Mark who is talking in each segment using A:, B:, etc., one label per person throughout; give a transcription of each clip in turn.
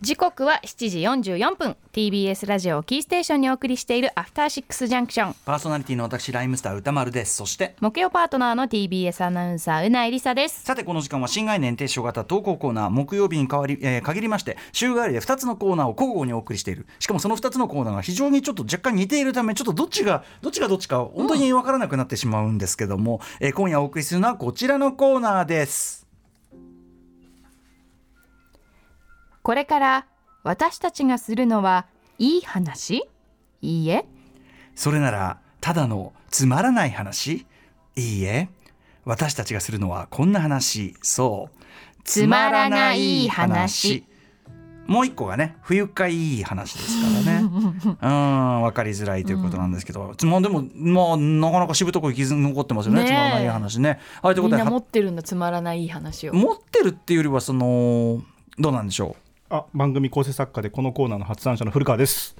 A: 時刻は7時44分 TBS ラジオをキーステーションにお送りしているアフターシックスジャンクション
B: パーソナリティの私ライムスター歌丸ですそして
A: 木曜パートナーの TBS アナウンサーうなえりさです
B: さてこの時間は新概念提唱型投稿コーナー木曜日に変わり、えー限りまして週替わりで2つのコーナーを交互にお送りしているしかもその2つのコーナーが非常にちょっと若干似ているためちょっとどっちがどっちがどっちか本当に分からなくなってしまうんですけども、えー今夜お送りするのはこちらのコーナーです
A: これから私たちがするのはいい話いいえ
B: それならただのつまらない話いいえ私たちがするのはこんな話そう
A: つまらない話
B: もう一個がね不愉快いい話ですから ねうん分かりづらいということなんですけど、つまあでもまあなかなかしぶとく生き残ってますよね
C: ねえ
B: つまらない話ね。ああいう
C: み
B: こ
C: ん
B: とで
C: な持ってるんだつまらないいい話を
B: 持ってるっていうよりはそのどうなんでしょ
D: あ番組構成作家でこのコーナーの発案者の古川です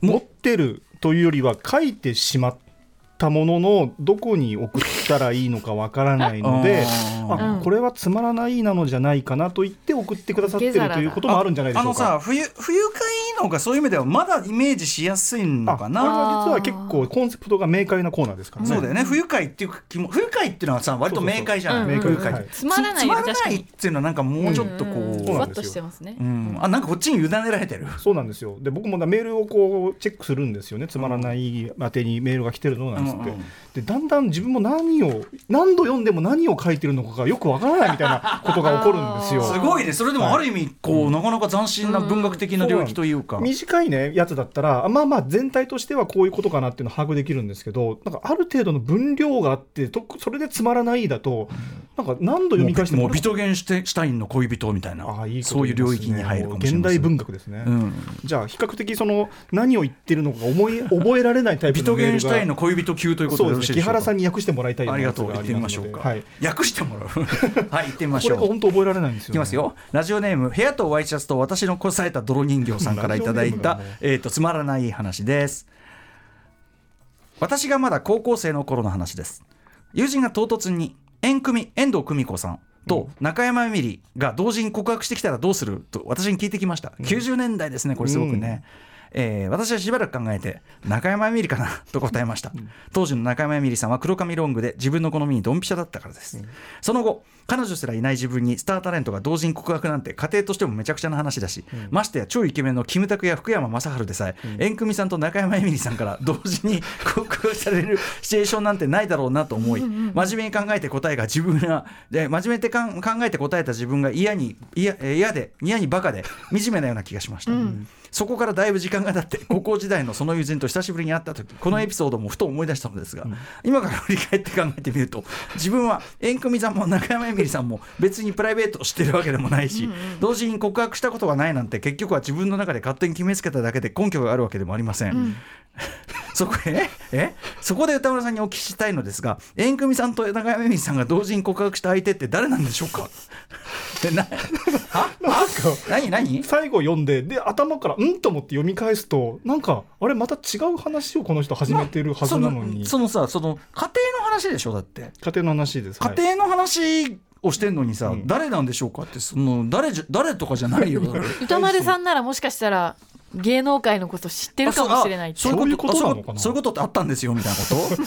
B: も
D: 持ってるというよりは書いてしまったもののどこに送ったらいいのかわからないので
B: あー
D: あ、
C: うん
D: これはつまらないなのじゃないかなと言って送ってくださってる
C: 受け皿だ
D: ということもあるんじゃないうで
B: あ
D: しょ
B: の
D: うか
B: さ冬冬かいいのがそういう意味ではまだイメージしやすいのかな。
D: あこれは実は結構コンセプトが明快なコーナーですからね
B: そうだよね不愉快っていう気も不愉快っていうのはさ割と明快じゃない
C: そう
D: そうそう
B: 不愉快
D: うんうんうん
B: つ
C: つまらない
B: つ
C: よ
B: ま
C: り
B: ら
C: 確
B: な
C: か
B: い
C: に
B: っていうのはなんかもうちょっとこう、
C: んん
D: そう
C: ふわ
D: な
C: っ
D: ん
C: と
D: ですよ
C: してますね
B: うん、あなんかこっちに委ねられてる。
D: そうなんですよで僕もだメールをこうチェックするんですよねつまらない宛てにメールが来てるのなんつって、
B: うんうん
D: でだんだん自分も何を何度読んでも何を書いてるのかがよくわからないみ たいなことが起こるんですよ
B: すごいねそれでもある意味こう、なかなか斬新な文学的な領域というか、
D: 短いねやつだったらあまあまあ全体としてはこういうことかなっていうのを把握できるんですけどなんかある程度の分量があってとそれでつまらないだとなんか何度読み返して
B: も
D: も
B: うビトゲンしてシュタインの恋人みたいな
D: ああいいこと
B: そういう領域に入るかもしれない
D: 現代文学ですね、
B: うん、
D: じゃあ比較的その何を言ってるのか思い覚えられないタイプ
B: ビ
D: の
B: ト
D: メール
B: ゲ
D: が
B: ンシュタインの恋人級ということ
D: そ
B: で
D: う
B: よろし
D: です
B: いでしょ
D: ね木
B: うか
D: 原さんに訳してもらいたい
B: ありがとう
D: やつ
B: 行ってみましょうか、
D: はい、こ
B: 訳してもらうはい行ってみまし
D: れ
B: ょ
D: が
B: う
D: 本当覚えられないんですよ、ね、
B: いきますよラジオネーム部屋とワイシャツと私のこさえた泥人形さんからいただいた、
D: ラジオネームだね
B: えー、とつまらない話です私がまだ高校生の頃の話です友人が唐突に遠組遠藤久美子さんと中山美里が同時に告白してきたらどうすると私に聞いてきました、90年代ですねこれすごくね、えー私はしばらく考えて中山美里かなと答えました当時の中山美里さんは黒髪ロングで自分の好みにドンピシャだったからです、その後彼女すらいない自分にスタータレントが同時に告白なんて家庭としてもめちゃくちゃな話だし、ましてや超イケメンのキムタクや福山雅治でさえ、遠組さんと中山エミリさんから同時に告白されるシチュエーションなんてないだろうなと思い真面目に考えて答えが自分がで真面目ってかん考えて答えた自分が嫌に嫌えー嫌で嫌にバカで惨めなような気がしました、そこからだいぶ時間が経 って高校時代のその友人と久しぶりに会った時このエピソードもふと思い出したのですが、今から振り返って考えてみると 自分は遠組さんも中山エミリさんも別にプライベートを知ってるわけでもないし、同時に告白したことがないなんて結局は自分の中で勝手に決めつけただけで根拠があるわけでもありません、そこええそこで歌丸さんにお聞きしたいのですが遠組さんと中山エミリさんが同時に告白した相手って誰なんでしょうか でなは
D: なんか
B: 何何
D: 最後読んでで頭からうんと思って読み返すとなんかあれまた違う話をこの人始めてるはずなのに、
B: そのそのさその家庭の話でしょだって
D: 家庭の話です
B: 家
D: はい
B: 庭の話をしてんのにさ、
D: うん
B: 誰なんでしょうかってその誰じゃ誰とかじゃないよだって
C: 歌丸さんならもしかしたら芸能界のこと知ってるかもしれないって
B: あそうあそういうこと
D: そ
B: あ
D: ういうことなのかな
B: そういうことってあったんですよみたいなこ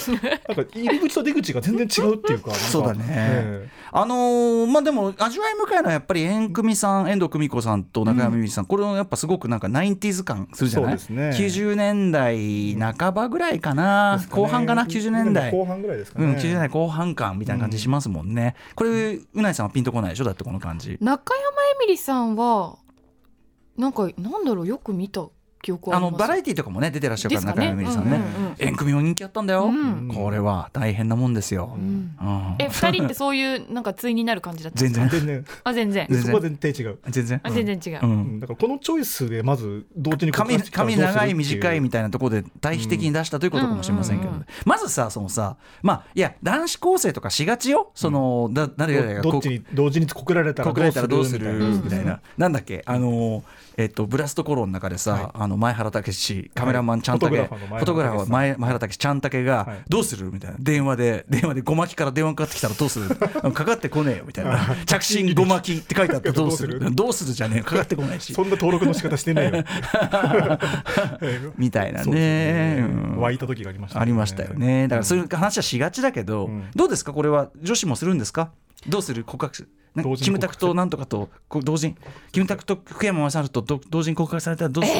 B: と
D: なんか入り口と出口が全然違うっていうかなんか
B: そうだね、
D: え
B: あのーまあでも味わい深いのはやっぱり遠組さん遠藤久美子さんと中山美美さん、これはやっぱすごくなんか 90s 感するじゃない
D: そうですね
B: 90年代半ばぐらいかな、
D: えですね
B: 後半かな90年代
D: 後半ぐらいですか
B: う
D: ね、
B: ん、90年代後半感みたいな感じしますもんね、これうないさんはピンとこないでしょだってこの感じ
C: 中山エミリさんはなんかなんだろうよく見た記憶はあ
B: あ
C: り
B: の
C: ます
B: バラエティとかもね出てらっしゃるから、中
C: です
B: 山美
C: か
B: 里
C: ね
B: さんね、
C: うんうんうん
B: 縁組も人気あったんだよ、
C: うん
B: これは大変なもんですよ、う
D: う
B: ん
C: うん
B: ん
C: え二人ってそういうなんか対になる感じだった
B: 全然
D: 全然
C: あ全然
B: 全然
D: そこは全然違う、
B: 全然
C: あ全然違う、
B: う
D: うんんだからこのチョイスでまず同時に告
B: 髪
D: 白してきたらどう
B: 髪
D: する
B: 長い
D: ってう
B: 短いみたいなところで対比的に出したということかもしれませんけど、
C: うんうんうん
B: まずさそのさまあいや男子高生とかしがちよその、だ誰々が
D: どど
B: こ
D: っちに同時に告られたら
B: 告られたらどうする
D: みたいな
B: みたいな、なんだっけあのーえっとブラストコロンの中でさ、ああの前原武史カメラマンちゃんたけ、
D: はい
B: フ
D: フ
B: ォ
D: ォ
B: ト
D: ト
B: グ
D: グ
B: ラ
D: ラ
B: フ
D: フ
B: ァ
D: ァ
B: ー
D: ー
B: の
D: の
B: 前原武史ちゃんたけが、
D: はい
B: どうするみたいな電話で電話でごまきから電話かかってきたらどうす るかかってこねえよみたいな着信ごまきって書いてあってどうするどうするじゃねえよかかってこないし
D: そんな登録の仕方して ないよ。
B: みたいな
D: そうです
B: ね
D: よ
B: うん
D: 湧いた時がありました、
B: ありましたよ。ねだからそういう話はしがちだけど、
D: うん
B: どうですかこれは女子もするんですかどうする告白しなんか
D: 同時に
B: キムタクとなんとかとこう同時にキムタクと福山雅治とど同時に告白されたらどうする、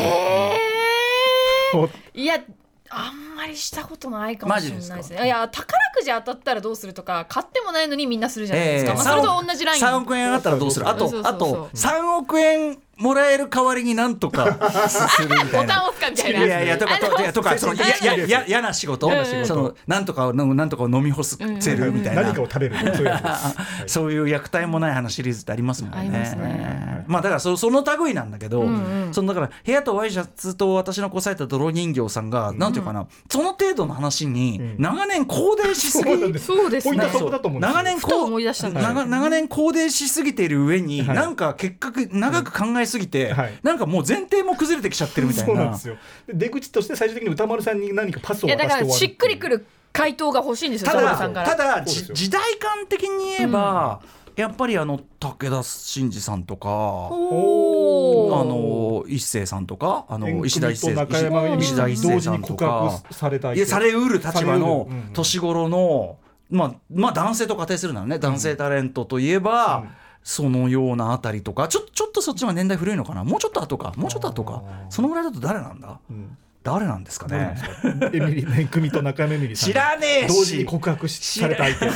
D: お
E: いやあんまりしたことないかもしれない
B: マ
E: で
B: ジ
E: す
B: です
E: ね
B: か
E: いや宝くじ当たったらどうするとか買ってもないのにみんなするじゃないですか、
B: ええ
E: まあ、それと同じライン
B: 3億円あったらどうするあと
E: そうそうそ
B: あ
E: うそう
B: と3億円もらえる代わりになんとかするみた
E: ボ
B: い
E: タン
B: な。
E: を押すかみた
B: い
E: いな
B: やいやとかと
E: あの
B: いやとかそのいやいやいや嫌な仕事
E: 嫌な仕事
B: そのなんとかをなんとかを飲み干すせるみたいな
D: 何かを食べる。そうい うやつですは
B: そういう虐待
D: い
B: もない話シリーズってありますもんね。
E: ありますね
B: えーまあだからそその類なんだけど、
E: んうん
B: そのだから部屋とワイシャツと私のこさえた泥人形さんが、なんていうかなその程度の話に
D: ん
B: 長年高齢しすぎ。
D: そうなんです
E: そうです
D: ポイント
E: ね
D: はそこだと思うんですよ
B: 長年
E: ふと
B: こ
E: 思
B: う
E: い出したんです
B: 長長年高齢しすぎている上に、
D: はい
B: なんか結局長く考えすぎて、
D: うんはい
B: なんかもう前提も崩れてきちゃってるみたい
D: そうなん
B: な
D: ですよ。で出口として最終的に歌丸さんに何かパスを
E: いや
D: 渡して
E: だ
D: 終わ
E: か
D: る
E: らしっくりく
D: る。
E: る回答が欲しいんですよ
B: た
E: 田
B: だ
E: 村さんから
B: ただ
D: そうで
B: じ
D: すよ
B: 時代感的に言えば、やっぱりあの武田真治さんとか。
E: おー
B: あの一生さんとかあの石田一
D: と
B: 生
D: 中山が
B: 石田一
D: 同
B: 生
D: 時
B: さん
D: に
B: と
D: 告
B: か
D: 白された相手
B: いやされうる立場の
D: されうるうんうん
B: 年頃の、まあ、まあ男性と仮定するならね男性タレントといえば、
D: うん
B: そのようなあたりとかちょちょっとそっちは年代古いのかなもうちょっと後かもうちょっと後か
D: あー
B: そのぐらいだと誰なんだ
D: うん
B: 誰なんですか
D: 誰なん
B: ね
D: ですかエミリー、組と中山エミリーさん
B: 知
D: が
B: らねえし
D: 同時に告白しされた相手。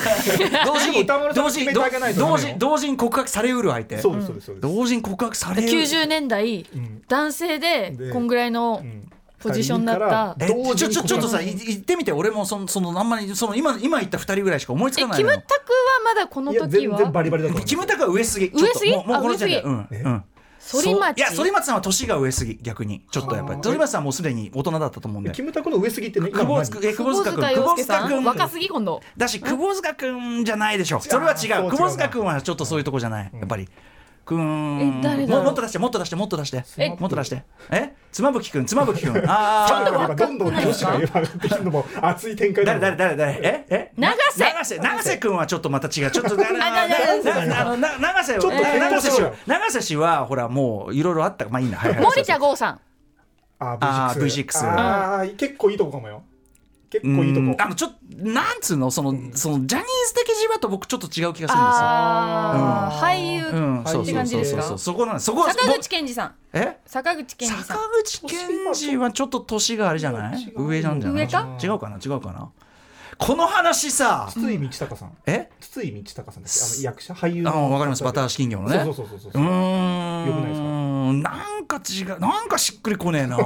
B: 同時に
D: 歌丸さ
B: 同
D: んが
B: 時に
D: 決めてあげないとダメ
B: 同
D: よ
B: 時同時に告白されうる相手
D: そうですそうですそうです。
B: 同時に告白されうる
E: 90年代
D: ん
E: 男性で
D: で
E: こんぐらいの
D: うん
E: ポジションだった
B: え
D: 二人いるから同
B: ち
D: 時
B: ょ
D: に
B: ちょちょっと
D: 告白
B: さい言ってみて俺もそのそのあんまりその今今言った2人ぐらいしか思いつ
E: え
B: かない
E: キ
B: の
E: ムタクはまだこの
D: いや
E: 時
D: 全然
E: は
D: バリバリだと思う。
B: キムタクは上すぎちょっと
E: 上すぎ
B: もうもう
E: あ
B: この時点で
E: 上すぎ
B: うんうん
E: 反
B: そうい
E: 町
B: や反町さんは年が上すぎ逆にちょっとやっぱり
D: はあ
B: 反町さんはもうすでに大人だったと思うんで
D: キムタクの上杉ってね、今
B: 久
D: の
B: 保
D: 何
B: 塚え久保
E: 窪
B: 塚君
E: 塚
B: 久
E: 洋
B: 保
E: 介
B: 塚
E: さん若す
B: 君
E: ぎ今度
B: だし久保塚君じゃないでしょそれは違
D: そう違
B: う
D: う
B: 久保塚君はちょっとそういうとこじゃないやっぱりくーん
E: え誰だ
B: もうもっと出してもっと出してもっと出して
E: え
B: もっと出してえ妻夫木君妻夫木君あ
D: ちょっと
B: あ
D: やっぱどんどん女子が上がってきるのも熱い展開だ
B: 誰
D: もん
B: 誰誰誰ええ
E: 永瀬
B: 永瀬永瀬君はちょっとまた違うちょっ とあの
E: あ違う違う
B: ななあのな永瀬は
D: ちょっと
B: えー永瀬
D: ち
B: 氏
D: ょ
B: は
D: っと
B: 永瀬氏はほらもういろいろあったまあいいなはいはい
E: 森田剛さん
D: あ V6
B: あー V6
D: あー結構いいとこかもよ結構いいと
B: うん
D: こ
B: あのちょっとなんつうのそのそのジャニーズ的地場と僕ちょっと違う気がするんですよ
E: あー俳優
B: うん、そう
D: って
B: そう
E: 感じ
B: そう
E: です
B: そう
E: か
B: そうそこなんですそこは
E: 坂口
B: 僕
E: 健二さん
B: え
E: 坂口健二さん
B: 坂口健二はちょっと年があれじゃない上なんじゃない
E: 上か
B: 違うかな違うかなこの話さ
D: 筒井道隆さん
B: え
D: 筒井道隆さんですあの役者俳優
B: あ
D: の
B: わかりますバター式金魚のね
D: そうそうそうそう
B: う
D: そう
B: ーん
D: よくないですか
B: なんか違うなんかしっくりこねえ な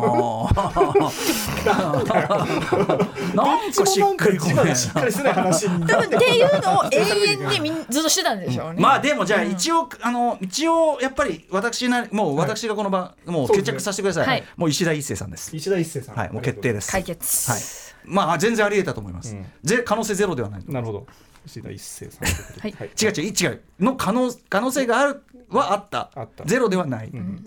B: なんかしっくりこ
D: 一番
B: ね
D: しっ
B: え
D: かりしてない話になって
E: っていうのを永遠にみんずっとしてたんでしょうね、
B: なまあでもじゃあ一応、あの一応やっぱり私なりもう私がこの場、もう
D: そう
B: 決
D: で
B: 着
D: すね
B: させてください、
E: はい
B: もう石田一生さんです
D: 石田一生さん
B: はいもう決定です
E: 解決、
B: はいまあ全然あり得たと思います、
D: うん
B: ぜ可能性ゼロではない
D: なるほど石田一生さんということで
E: はい
B: 違う違う違うの可能可能性があるはあった
D: あった
B: ゼロではない、
D: うん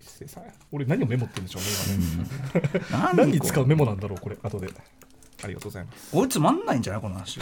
D: 一生さん俺何をメモってるんでしょうね今ね
B: 何
D: 何に使う
B: こ
D: メモなんだろうこれ後でありがとうございます
B: こいつまんないんじゃないこの話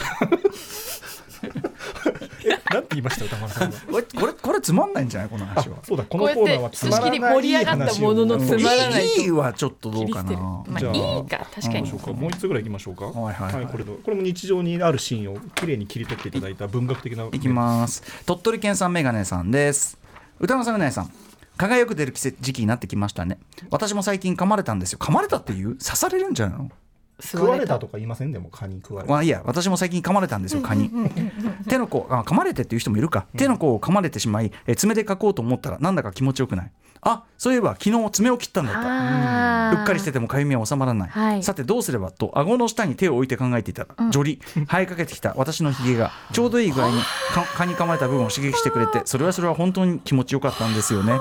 D: えなんて言いました歌丸さんは
B: これこれこれつまんないんじゃないこの話は
D: あそうだこのコーナーはつまらない
E: こうやってひとしきり盛り上がったものの
D: 話を
E: つまらない
B: いいはちょっとどうかな。
E: ま
D: じゃ
E: あ
D: あ
E: いいか確か
D: どう
E: に
D: しようかもう一つぐらい行きましょうか。
B: はいはいはい
D: これとこれも日常にあるシーンを綺麗に切り取っていただいた文学的な。
B: いきます。鳥取県産メガネさんです。歌のさめないさん。輝く出る季節時期になってきましたね。私も最近噛まれたんですよ。噛まれたっていう刺されるんじゃないの
D: 食われたとか言いませんでもカニ食われた。
B: まあいいや、私も最近噛まれたんですよ、カニ。手の甲、あ、噛まれてっていう人もいるか。手の甲を噛まれてしまい、え爪で描こうと思ったら、なんだか気持ちよくない。あ、そういえば昨日爪を切ったんだった。
E: あー
B: うっかりしててもかゆみは収まらない、
E: はい
B: さてどうすればと顎の下に手を置いて考えていたら、ジョリ生えかけてきた私のひげがちょうどいい具合にか蚊に噛まれた部分を刺激してくれてそれはそれは本当に気持ちよかったんですよね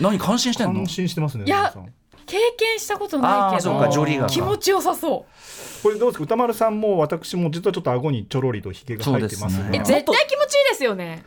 B: 何感心してんの
D: 感心してますね。
E: いや
D: 皆さん
E: 経験したこと
B: あ
E: な
B: あ
E: いけ
B: そうかジョ
E: ど
B: リが
E: 気持ちよさそ
D: これどうですか歌丸さんも私も実はちょっと顎にちょろりとひげが
B: そう
D: 入
B: で
D: って
B: す
D: ます
B: ね
E: うえ
D: が。
E: 絶対気持ちいいですよね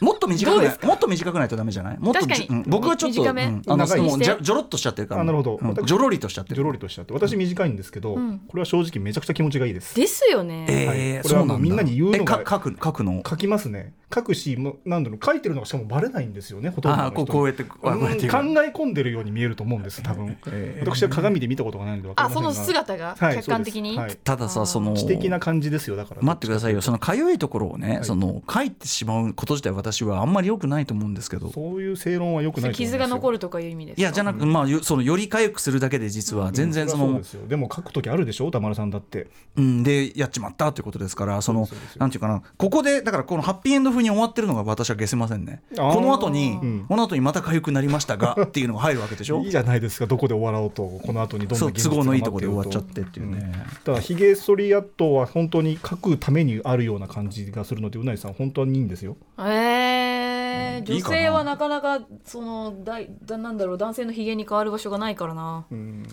B: もっと短く
E: どう
B: な
E: で
B: いもっと短くないとダメじゃないもっとじ
E: 確かに
B: うん僕はちょっと、
E: 短め
B: うんあの
D: 長い
B: もうじ
E: にし
B: ゃ
E: て
B: じょろっとしちゃってるから
D: あなるほど
B: うん
D: 私
B: じょろりとしちゃって
D: ジョ
B: る
D: ロリとしちゃって私短いんですけど、
E: うん
D: これは正直めちゃくちゃ気持ちがいいです
E: ですよね、
B: え
D: は
B: ー、
D: い
B: そうなんだ
D: これはもうみんなに言うのが
B: えか書く書くの
D: 書きますね書くしもうなんだろう書いてるのがしかもバレないんですよねほとんど
B: あ
D: の
B: あ
D: 人
B: こうこうやってこう
D: う
B: こ
D: ん
B: うやって
D: 考
B: 言う
D: え込んでるように見えると思うんです多分
B: えー
D: 私は鏡で見たことがないので分かり
E: あ
D: ま
E: そ
D: せんが
E: の姿が
D: はい
E: 客観的に、
D: そうです
B: ただ
E: あ
B: さ
E: ー
B: その
D: はい、知的な感じですよだから
B: 待ってくださいよそのかゆいところをね、
D: はい
B: その書いてしまうこと自体私はあんまり良くないと思うんですけど
D: そういう正論はよく
E: そ
D: な
E: れ
D: いと思
E: 傷が残
D: る
E: るとかいう意味ですか
B: いやじゃなく、まあよそのよりかゆくするだけで実は全然その、
D: うですよでも書く時あるでしょ歌丸さんだって
B: うん、でやっちまったということですからその
D: そうですよ
B: なんていうかなここでだからこのハッピーエンド風に終わってるのが私は消せませんね
D: あー
B: この後に、
D: うん
B: この後にまた痒くなりましたがっていうのが入るわけでしょ
D: いいじゃないですかどこで終わろうとこの後にどんな
B: そう
D: 現実
B: 都
D: が
B: 合のいいと
D: 待
B: こ
D: て
B: ろで
D: よ
B: 終わっちゃってっていうね、
D: ただヒゲ剃りアットは本当に書くためにあるような感じがするのでうなぎさん本当にいいんですよ
E: えー
B: うんい
E: 女
B: いかな
E: 性はなかなかそのだいだなんだろう男性のひげに変わる場所がないからな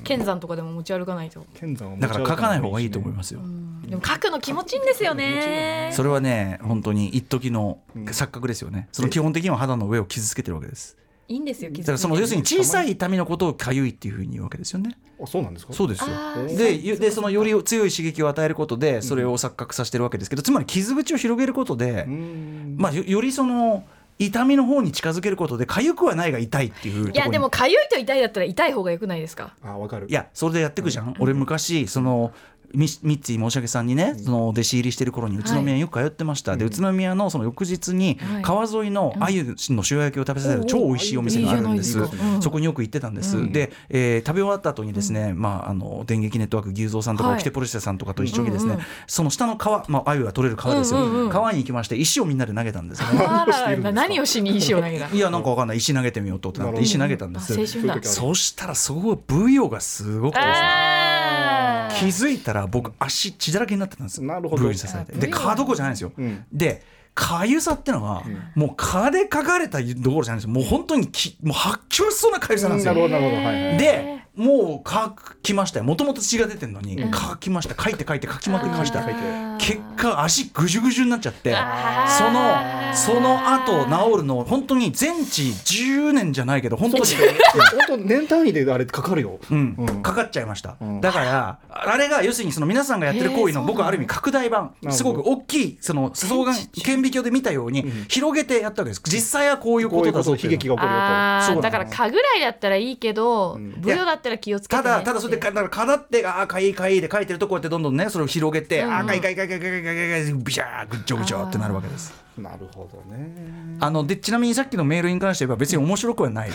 E: 剣山とかでも持ち歩かないと、
D: 剣山は
B: だから書かない方がいいと思い
D: す
B: ますよ、
E: うんでも書くの気持ちいいんですよね
B: それはね本当に一時の
D: うん
B: 錯覚ですよね、その基本的には肌の上を傷つけてるわけです
E: いいんですよ気づい
B: だか
E: て
B: らその要するに小さい痛みのことを痒いっていうふうに言うわけですよね
D: あそうなんですか
B: そうですよ
E: あー
B: でゆでそのより強い刺激を与えることでそれを錯覚させてるわけですけどつまり傷口を広げることで、
D: うん
B: まあ、よよりその痛みの方に近づけることで痒くはないが痛いっていうところに
E: いやでも痒いと痛いだったら痛い方が良くないですか
D: あわかる
B: いやそれでやってくじゃん、俺昔そのミシミッツィ申し訳さんにね、その弟子入りしてる頃に宇都宮によく通ってました、で
D: う
B: 宇
D: ん
B: 都宮のその翌日に
E: はい
B: 川沿いの鮎の塩焼きを食べさせる超美味しいお店があるんです
D: いいじゃないです
E: かうん
B: そこによく行ってたんです、
D: うん
B: で、えー食べ終わった後にですね、まああの電撃ネットワーク牛蔵さんとか
E: はい
B: オキテポルシェさんとかと一緒にですね、
E: うんうん
B: その下の川まあ鮎が取れる川ですよ、
E: うんうんうん
B: 川に行きまして石をみんなで投げたんです ね
E: あ
D: 何をしているんですから
E: 何をしに石を投げた
B: いやなんかわかんない石投げてみようと思ってなっ
D: な
B: て
D: るほど
B: 石投げたんです
E: あ青春
D: そういう時あ
E: だ
D: る
B: そしたらそこがブヨがすごくてですね
E: あ
B: 気
E: ー
B: づいたら僕足血だらけになってたんです
D: なるほど
B: ブヨに刺されてで
E: あブヨ
B: 蚊どころじゃないんですよ、
D: うん
B: でかゆさってのは、もう蚊でかかれたどころじゃないんですよもう本当にきもう発狂しそうなかゆさなんですよ、
D: なるほどなるほどはいはい
B: でもう蚊きましたよもともと血が出てるのに、蚊きましたかいてかいてかきまってかきました
D: 書いて
B: 結果足ぐじゅぐじゅになっちゃって
E: あ
B: そ
E: ー
B: のその後治るの本当に全治10年じゃないけど本当に。
D: 本当年単位であれかかるよ
B: うん
D: うん
B: かかっちゃいました、
D: ん
B: だからあれが要するにその皆さんがやってる行為の
E: へー
B: 僕はある意味拡大版
D: ほど
B: すごく大きいその双眼顕微鏡で見たように
D: ん
B: 広げてやったわけです実際はこういう
D: こ
B: こ
D: う
B: と
D: いう
B: だ
D: こ
B: ぞ
D: と
B: っていう
D: 悲
B: の
D: 劇が起こるよ
E: あー
B: そう
E: だ
B: だ
E: から蚊ぐらいだったらいいけど、
D: ん
E: ブヨだったら気をつけて、ね、
B: ただただそれで
E: って
B: かだからかだってああかいいかいいで書いてるとこうやってどんどんねそれを広げて、
E: うん
B: ああかいいかいいかいいかいいかいいかいいかいビシャーぐっちょぐちょってなるわけです
D: となるほどね
B: あのでちなみにさっきのメールに関して言えば別に面白くはない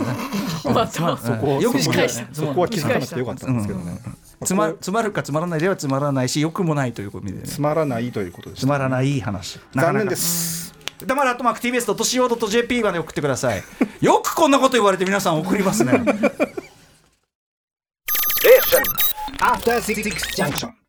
E: また
B: そ
D: こ
B: よく 聞
D: そこ
B: か
D: は
B: れ
D: そこは気づかなくてよかったんですけどね
B: つまつまるかつまらないではつまらないしよくもないという意味でね
D: つまらないということで
B: つ
D: す
B: まらない話なかな
D: 残念
B: か
D: です
B: 歌丸アットマーク TBS と .CO.JP まで送ってくださいよくこんなこと言われて皆さん送りますね
F: After Six Junction.